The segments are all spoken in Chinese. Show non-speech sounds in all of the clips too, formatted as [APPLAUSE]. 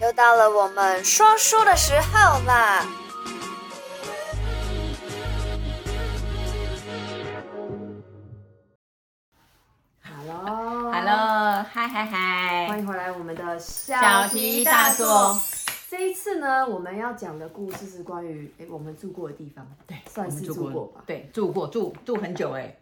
又到了我们说书的时候啦！哈喽 Hello，嗨嗨哦欢嗨！迎回来我们的小题大做。这一次呢，我们要讲的故事是关于诶我们住过的地方，对算是住过吧对，住过，住住很久哎、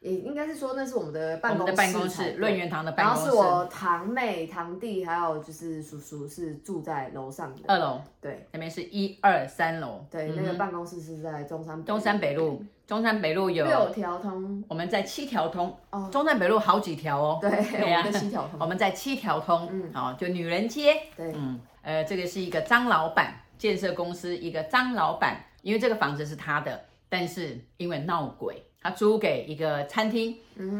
也应该是说那是我们的我办们公的室，办公室，润园。堂的办然公后是室，我堂妹、堂弟还有就是叔叔是住在楼上的，二楼对那边是一二三楼，对、呃嗯那个哼办公室是在中山中山北路，中山北路有六条通我们在七条通，哦，中山北路好几条哦。对，啊我们的七条通，我们在七条通，嗯嗯，哦，就女人街，对嗯，呃，这个是一个张老板建设公司，一个张老板，因为这个房子是他的，但是因为闹鬼，他租给一个餐厅，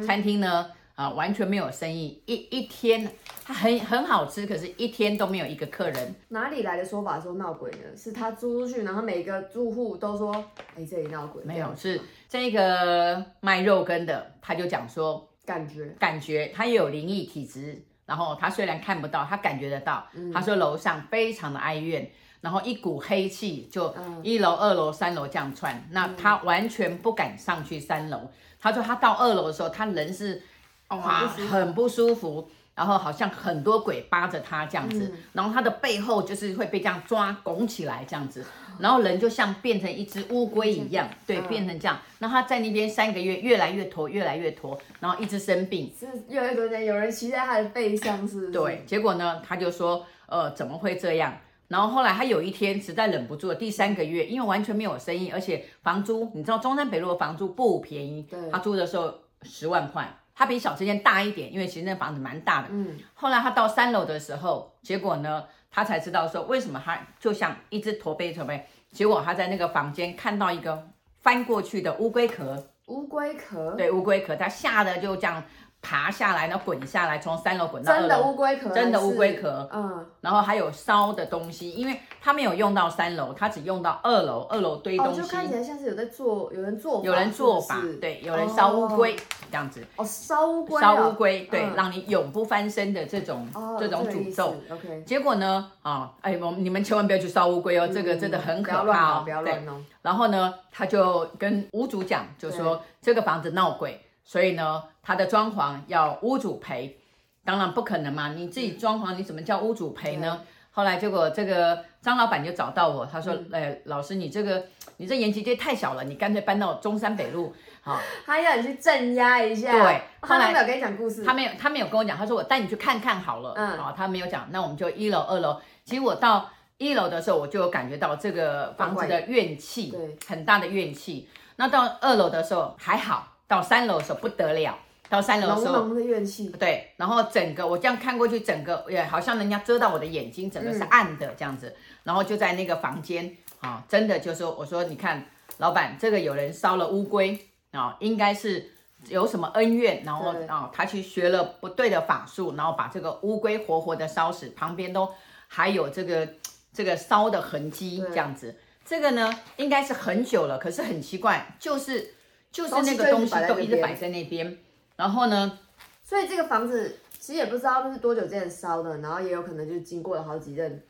餐厅呢啊、完全没有生意，一一天他很很好吃，可是一天都没有一个客人，哪里来的说法说闹鬼呢？是他租出去，然后每个住户都说，哎、这里闹鬼，没这有样是这个卖肉羹的，他就讲说感觉，感觉他也有灵异体质，然后他虽然看不到，他感觉得到。嗯他说楼上非常的哀怨，然后一股黑气就嗯一楼、二楼、三楼这样窜，那他完全不敢上去三楼。他说他到二楼的时候，他人是哇嗯很不舒服很不舒服。然后好像很多鬼扒着他这样子，嗯然后他的背后就是会被这样抓拱起来这样子，然后人就像变成一只乌龟一样，对，变成这样。那他在那边三个月，越来越驼，越来越驼，然后一直生病，是越来越多人有人骑在他的 [LAUGHS] 背上，是不是？对，，结果呢，他就说，呃，怎么会这样？然后后来他有一天实在忍不住了，第三个月，因为完全没有生意，而且房租，你知道中山北路的房租不便宜，对他租的时候十万块，他比小吃店大一点，因为其实那房子蛮大的。嗯，后来他到三楼的时候，结果呢，他才知道说为什么他就像一只驼背驼背，结果他在那个房间看到一个翻过去的乌龟壳，乌龟壳，对，乌龟壳，他吓得就这样爬下来，然后滚下来，从三楼滚到二真楼。的乌龟壳，真的还是乌龟壳嗯，然后还有烧的东西，因为他没有用到三楼，他只用到二楼，二楼堆东哦，西，就看起来像是有在做，有人做法，有人做法是不是，对，有人烧乌龟、这样子，哦，烧乌龟啊，烧乌龟，对，嗯让你永不翻身的这种、哦，这种个意诅思咒。 ，OK，结果呢，啊，哎，我们你们千万不要去烧乌龟哦，这个真的很可嗯不要乱怕哦，搞不要对乱弄，然后呢，他就跟屋主讲，就说这个房子闹鬼，所以呢，他的装潢要屋主赔。当然不可能嘛，你自己装潢，你怎么叫屋主赔呢？后来结果这个张老板就找到我，他说：“哎，老师，你这个你这延吉街太小了，你干脆搬到中山北路。”好，他要你去镇压一下，对他后来都没有跟你讲故事，他没有，他没有跟我讲，他说我带你去看看好了。嗯嗯，好、他没有讲，那我们就一楼、二楼。其实我到一楼的时候，我就有感觉到这个房子的怨气，怪对，很大的怨气。那到二楼的时候还好，到三楼的时候不得了，到三楼的浓时候。浓的怨气，对，然后整个我这样看过去，整个也好像人家遮到我的眼睛，整个是暗的这样子。然后就在那个房间啊，真的就说我说你看，老板这个有人烧了乌龟啊，应该是有什么恩怨，然后对啊他去学了不对的法术，然后把这个乌龟活活的烧死，旁边都还有这个这个烧的痕迹对这样子。这个呢应该是很久了，可是很奇怪，就是就是东西那就一个直东西摆在都那一直边摆在那边，然后呢。所以这个房子其实也不知道是多久之前烧的，然后也有可能就是经过了好几任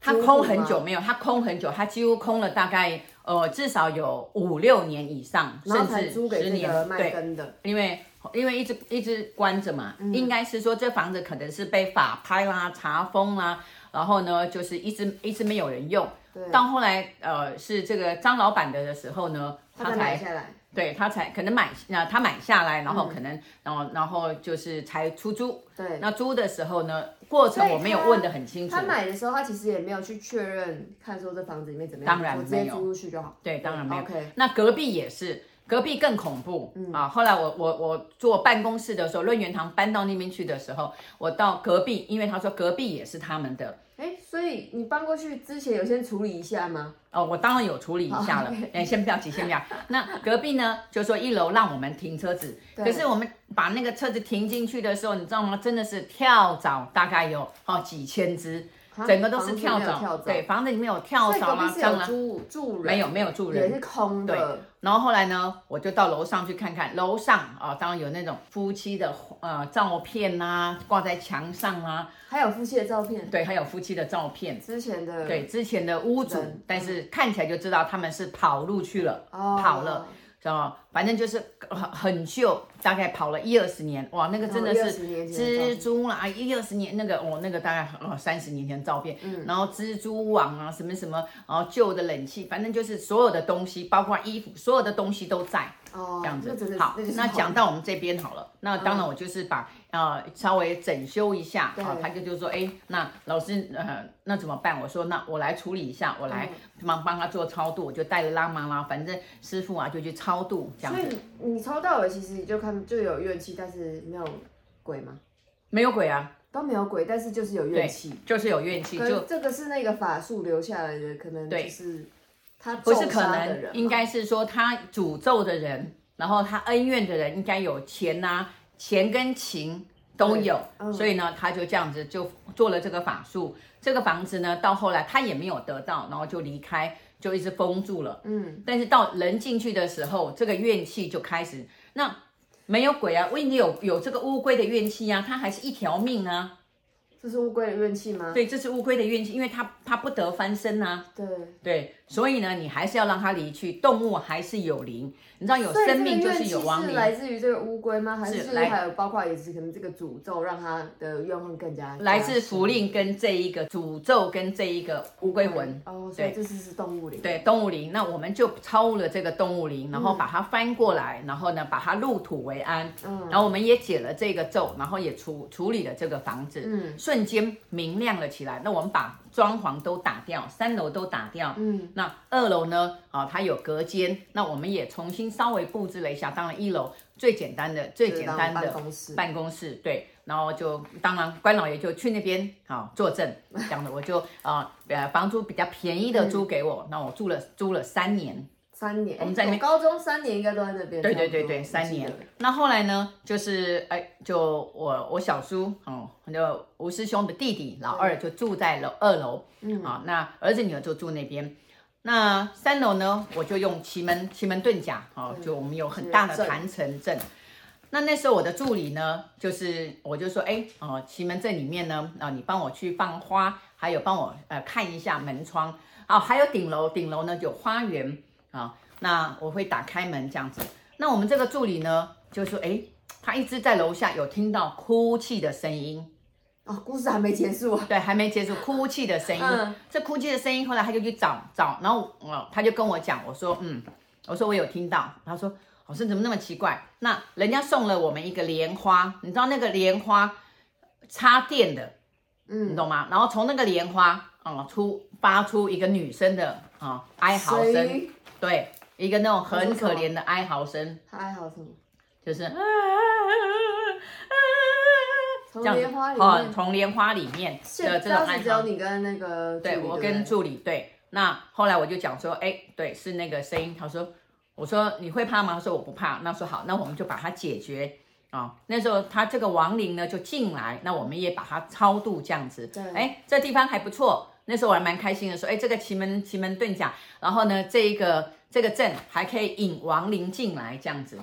它租户吗，空很久没有，它空很久，它几乎空了大概呃至少有五六年以上，然后甚才至租给十这年个。卖对，根的，因为因为一直一直关着嘛，嗯应该是说这房子可能是被法拍啦、查封啦，然后呢就是一直一直没有人用。对，到后来呃是这个张老板的的时候呢，他才买下来，对他才可能买那他买下来，然后可能、然后然后就是才出租。嗯对。那租的时候呢，过程我没有所以他问得很清楚。他买的时候，他其实也没有去确认看说这房子里面怎么样，当然我直接没有租出去就好。对，当然没有。 OK，嗯那隔壁也是，隔壁更恐怖、啊！后来我我我做办公室的时候，润园堂搬到那边去的时候，我到隔壁，因为他说隔壁也是他们的，哎，所以你搬过去之前有先处理一下吗？哦，我当然有处理一下了好，哎、先不要急，先不要。那隔壁呢，就说一楼让我们停车子，对可是我们把那个车子停进去的时候，你知道吗？真的是跳蚤，大概有哦几千只，啊整个都是房子跳没有蚤，跳蚤对，房子里面有跳所以蚤隔啦、壁是蟑有螂，住住人，没有没有住人，也是空的，然后后来呢，我就到楼上去看看，楼上啊、当然有那种夫妻的呃照片啊，挂在墙上啊，还有夫妻的照片，对，还有夫妻的照片，之前的对，之前的屋主人，嗯但是看起来就知道他们是跑路去了，哦跑了，知道吗？反正就是呃很很旧，大概跑了一二十年，哇，那个真的哦是20年前的照片蜘蛛啦，一二十年那个哦，那个大概呃三十年前的照片，嗯然后蜘蛛网啊，什么什么，然后旧的冷气，反正就是所有的东西，包括衣服，所有的东西都在。哦，这样子那真的。好那就，是那好讲到我们这边好了，那当然我就是把、呃稍微整修一下对啊，他就就说，哎、那老师呃那怎么办？我说那我来处理一下，我来嗯帮帮他做超度，我就带了拉玛啦，反正师傅啊就去超度这样所子，以你抽到尾，其实你就看就有怨气，但是没有鬼吗？没有鬼啊，都没有鬼，但是就是有怨气。就是有怨气，可就是这个是那个法术留下来的，可能就对是他不不是可的人能，嘛，应该是说他诅咒的人，然后他恩怨的人应该有钱呐、钱跟情都有，对嗯所以呢，他就这样子就做了这个法术。这个房子呢，到后来他也没有得到，然后就离开，就一直封住了。嗯，但是到人进去的时候，这个怨气就开始，那没有鬼啊，问题有有这个乌龟的怨气啊，它还是一条命啊，这是乌龟的怨气吗？对，这是乌龟的怨气，因为它它不得翻身啊呐、对，对，所以呢，你还是要让它离去。动物还是有灵，你知道有生命就是有亡所以这个怨气是灵。来自于这个乌龟吗？还是是就是来还有包括也是可能这个诅咒让他的愿望更加来自福令跟这一个诅咒跟这一个乌龟魂，哦，所以对这次是动物灵，对动物灵，那我们就抄了这个动物灵，然后把它翻过来，然后呢把它入土为安，嗯然后我们也解了这个咒，然后也处处理了这个房子，嗯瞬间明亮了起来。那我们把装潢都打掉，三楼都打掉，嗯，那二楼呢？啊，它有隔间，那我们也重新稍微布置了一下。当然，一楼最简单的、最简单就是的当办公室办公室对。然后就当然，关老爷就去那边啊坐镇，这样的我就啊呃房租比较便宜的租给我，那我住了租了三年，三年，我们在那边诶高中三年应该都在那边，对差不对多对对，我三记得年。那后来呢，就是哎，就我我小叔哦，就吴师兄的弟弟老二就住在楼二楼，嗯啊，那儿子女儿就住那边。那三楼呢，我就用奇门奇门遁甲哦，就我们有很大的坛城阵。那那时候我的助理呢，就是我就说，哎，哦、奇门阵里面呢，啊、你帮我去放花，还有帮我呃看一下门窗，啊、还有顶楼，顶楼呢有花园啊、那我会打开门这样子。那我们这个助理呢，就说，哎，他一直在楼下有听到哭泣的声音，哦，故事还没结束啊，对，还没结束，哭泣的声音。嗯这哭泣的声音，后来他就去找找，然后呃，他就跟我讲，我说嗯，我说我有听到。他说老师怎么那么奇怪？那人家送了我们一个莲花，你知道那个莲花插电的，你嗯，懂吗？然后从那个莲花啊、呃出发出一个女生的啊、呃哀嚎声，谁对，一个那种他很说什么可怜的哀嚎声，他哀嚎什么？就是。啊从这样子啊莲花里哦面，从莲花里面的现这种当哀时只嚎有你跟那个助理对我跟助理对，那后来我就讲说，哎，对，是那个声音。他说，我说你会怕吗？他说我不怕。那说好，那我们就把它解决啊、那时候他这个亡灵呢就进来，那我们也把它超度这样子。对哎，这地方还不错。那时候我还蛮开心的，说，哎，这个奇门奇门遁甲，然后呢，这一个这个阵还可以引亡灵进来这样子，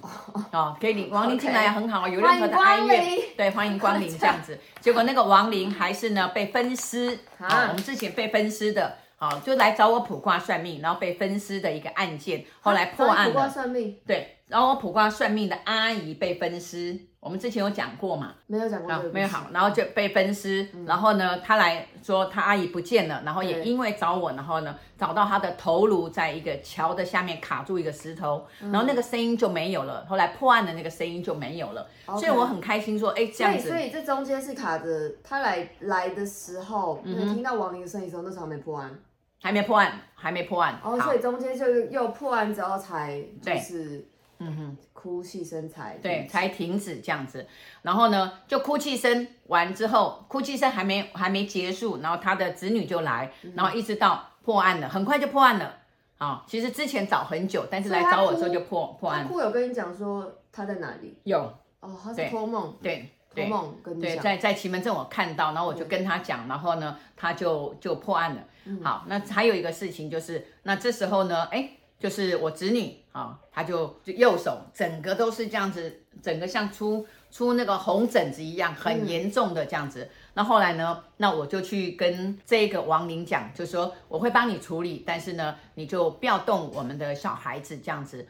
哦，可以领亡灵进来也很好，有任何的欢哀迎光怨临，对，欢迎光临这样子。结果那个亡灵还是呢被分尸啊啊，我们之前被分尸的，好、就来找我卜卦算命，然后被分尸的一个案啊件，后来破案卜卦了。算命对，然后我卜卦算命的阿姨被分尸，我们之前有讲过嘛，没有讲过啊这个故事，没有好，然后就被分尸，然后呢，他来说他阿姨不见了，然后也对因为找我，然后呢找到他的头颅在一个桥的下面卡住一个石头，嗯然后那个声音就没有了，后来破案的那个声音就没有了，所以我很开心说，哎，这所样以，子所以这中间是卡着他来来的时候，嗯你、听到亡灵的声音的时候，那时候还没破案。还没破案，还没破案，哦，好所以中间就是又破案之后才就对是，嗯哼，哭泣声才对，才停止这样子。然后呢，就哭泣声完之后，哭泣声还没还没结束，然后他的子女就来，嗯然后一直到破案了，很快就破案了。啊、其实之前找很久，但是所以来他找我的哭时候就破破他案。哭有跟你讲说他在哪里？有哦，他对是托梦，对，托梦跟你对，讲，在在奇门镇我看到，然后我就跟他讲，然后呢，他就就破案了。嗯好，那还有一个事情就是，那这时候呢，哎，就是我侄女啊，她就就右手整个都是这样子，整个像出出那个红疹子一样，嗯很严重的这样子。那后来呢，那我就去跟这个王林讲，就说我会帮你处理，但是呢，你就不要动我们的小孩子这样子。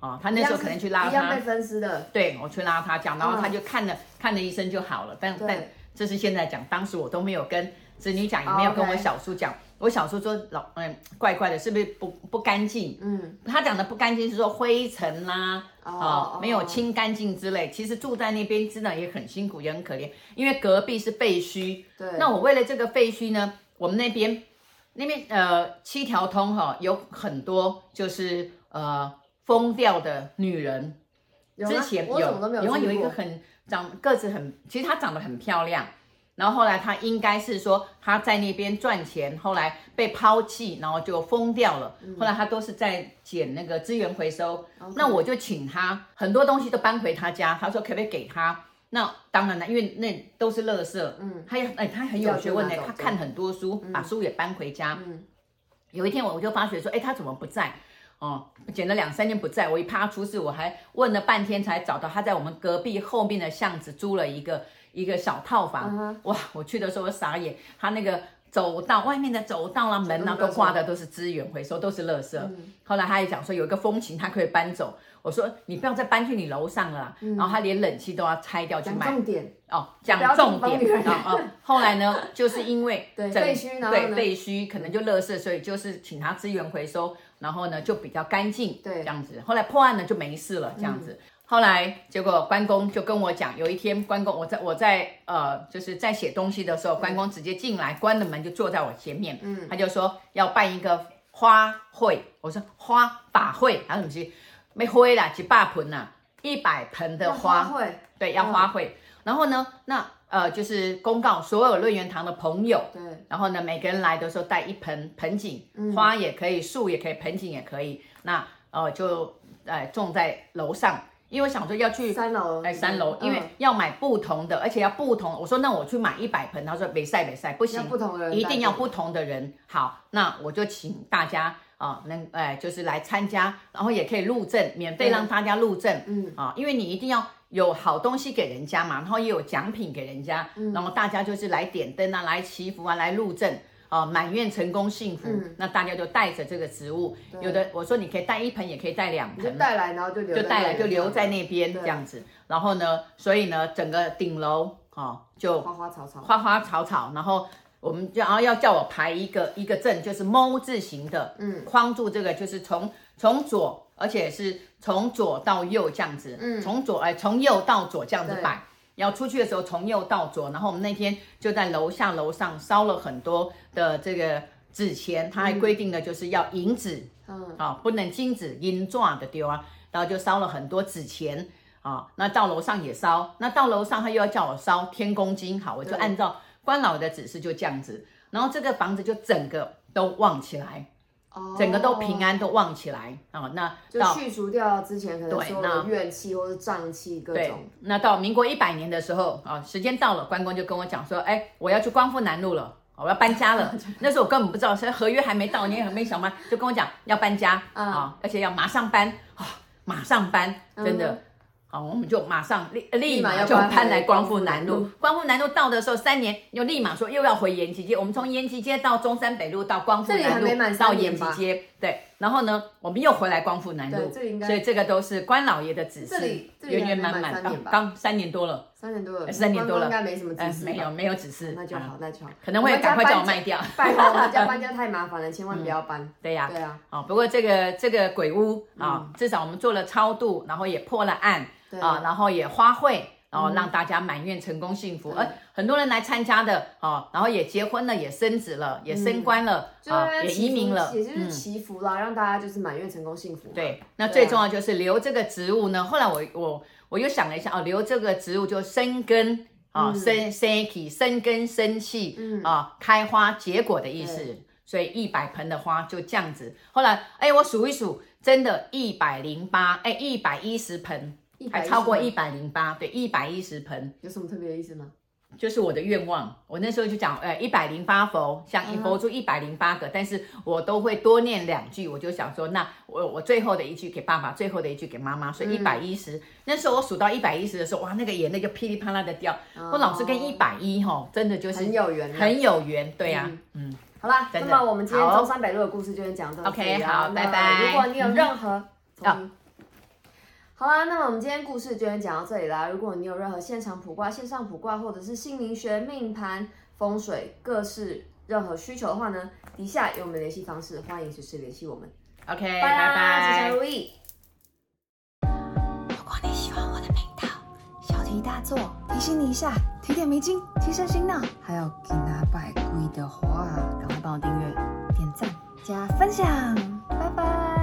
啊，他那时候可能去拉一他样，被分尸的，对我去拉他讲，然嗯后他就看了、看了医生就好了。但对但这是现在讲，当时我都没有跟子女讲，也没有哦跟我 OK 小叔讲。我小叔说老嗯怪怪的，是不是不不干净？嗯，他讲的不干净是说灰尘啦、啊，哦，没有清干净之类。其实住在那边真的也很辛苦，也很可怜，因为隔壁是废墟。对，那我为了这个废墟呢，我们那边那边呃七条通哈、有很多就是呃疯掉的女人，有吗之前我怎么都没有有啊听过，有一个很长个子很，其实她长得很漂亮。然后后来她应该是说她在那边赚钱，后来被抛弃，然后就疯掉了。嗯后来她都是在捡那个资源回收。哦那我就请她很多东西都搬回她家，她说可不可以给她？那当然了，因为那都是垃圾。嗯，她也哎，她很有学问的要去拿，走她看很多书，把书也搬回家。嗯有一天我就发觉说，哎，她怎么不在？哦，捡了两三天不在，我一怕他出事，我还问了半天才找到他在我们隔壁后面的巷子租了一个一个小套嗯房。哇，我去的时候我傻眼，他那个走道外面的走道啦、门啊都是垃都圾嗯挂的都是资源回收，都是垃圾。后来他也讲说有一个风琴，他可以搬走。我说你不要再搬去你楼上了啦，嗯然后他连冷气都要拆掉去讲买重点，哦，讲不要重帮点女人啊、哦 [LAUGHS] 后来呢，就是因为对整废墟然后对呢废墟可能就垃圾，所以就是请他资源回收，然后呢就比较干净，对嗯这样子。后来破案了就没事了，这样子。后来结果关公就跟我讲，有一天关公我在我在呃就是在写东西的嗯时候，关公直接进来关了门就坐在我前面，嗯，他就说要办一个花卉，我说花法会还是什么西，没灰啦，几把盆呐，一百盆的要花卉，对，要花卉。然后呢，那呃，就是公告所有论元堂的朋友，对，然后呢，每个人来的时候带一盆盆景，嗯花也可以，树也可以，盆景也可以。那呃，就呃种在楼上，因为我想说要去三楼，哎三楼，嗯因为要买不同的，而且要不同。我说那我去买一百盆，他说没晒没晒，不要行，不同的人一带定要走不同的人。好，那我就请大家啊、能哎、就是来参加，然后也可以入证，免费让大家入证。嗯啊、因为你一定要有好东西给人家嘛，然后也有奖品给人家，然后大家就是来点灯啊，来祈福啊，来入证。啊，满愿成功幸福，那大家就带着这个植物，有的我说你可以带一盆，也可以带两你就盆，带来，然后就留在那就里，带来就留在那那边这样子。然后呢，所以呢，整个顶楼哦就花花草草，花花草草，然后我们就然后要叫我排一个一个阵，就是猫字形的，嗯，框住这个就是从从左，而且是从左到右这样子，嗯，从左哎从右到左这样子对摆。要出去的时候从右到左，然后我们那天就在楼下楼上烧了很多的这个纸钱，他还规定的就是要银纸，嗯，啊、不能金子银钻的丢啊，然后就烧了很多纸钱啊、那到楼上也烧，那到楼上他又要叫我烧天公金，好，我就对按照关老爷的指示就这样子，然后这个房子就整个都旺起来，哦整个都平，安都旺起来啊、那就到去除掉之前可能对所有那的怨气或是瘴气各对种，，那到民国一百年的时候啊，时间到了，关公就跟我讲说，哎，我要去光复南路了。哦我要搬家 [LAUGHS] 了，那时候我根本不知道，所以合约还没到，你也没想嘛，就跟我讲要搬家嗯啊、而且要马上搬啊、马上搬，真的嗯，好、我们就马上立呃立立马马要就搬回搬来光复南光复路。光复南路到的时候，三年又立马说又要回延吉街，我们从延吉街到中山北路到光嗯复这里还南没满路三到年延吉吧街，对，然后呢，我们又回来光复南路对，这里应该所以这个都是关老爷的指这示里，这里圆圆还满没满三满，刚年吧刚三年多了，三年多了，哎三年多了观光应该没什么哎知，识，没有，没有指示，哦那就啊好，那就好，可能会赶快叫我卖掉。拜托，我们家搬家太麻烦了，千万不要搬，对呀、对啊，哦，不过这个这个鬼屋啊、至少我们做了超度，然后也破了案对嗯啊、然后也花卉，然后让大家满愿成功幸福。对呃，很多人来参加的哦，然后也结婚了，也升职了，也升官了，嗯就啊、让大家也祈移福民了，嗯也就是祈福啦，让大家就是满愿成功幸福嘛，对，那对最啊重要就是留这个植物呢。后来我我我又想了一下，哦，留这个植物就生根啊、生生起生根生气，啊、开花结果的意思。所以一百盆的花就这样子。后来，哎，我数一数，真的，一百零八，哎，一百一十盆，还超过一百零八，对，一百一十盆，有什么特别的意思吗？就是我的愿望。我那时候就讲，呃，一百零八佛嗯像一佛珠一百零八个，但是我都会多念两句，我就想说，那我我最后的一句给爸爸，最后的一句给妈妈，所嗯以一百一十。那时候我数到一百一十的时候，哇，那个眼泪就噼里啪啦的掉。我老是跟一百一哈，真的就哦是很有缘啊很有缘，对呀、嗯好啦，真那的么我们今天好中山北路的故事就先讲到这里 OK，啊好那拜拜如果你有任何，啊嗯好啦，那么我们今天故事就先讲到这里啦。如果你有任何现场卜卦、线上卜卦，或者是姓名学、命盘、风水各式任何需求的话呢，底下有我们的联系方式，欢迎随时联系我们。 ，OK，拜拜啦，吉拜祥。如意。如果你喜欢我的频道，小题大做，提醒你一下，提点迷津，提升醒脑。还有给拿百贵的话，赶快帮我订阅、点赞、加分享，拜拜。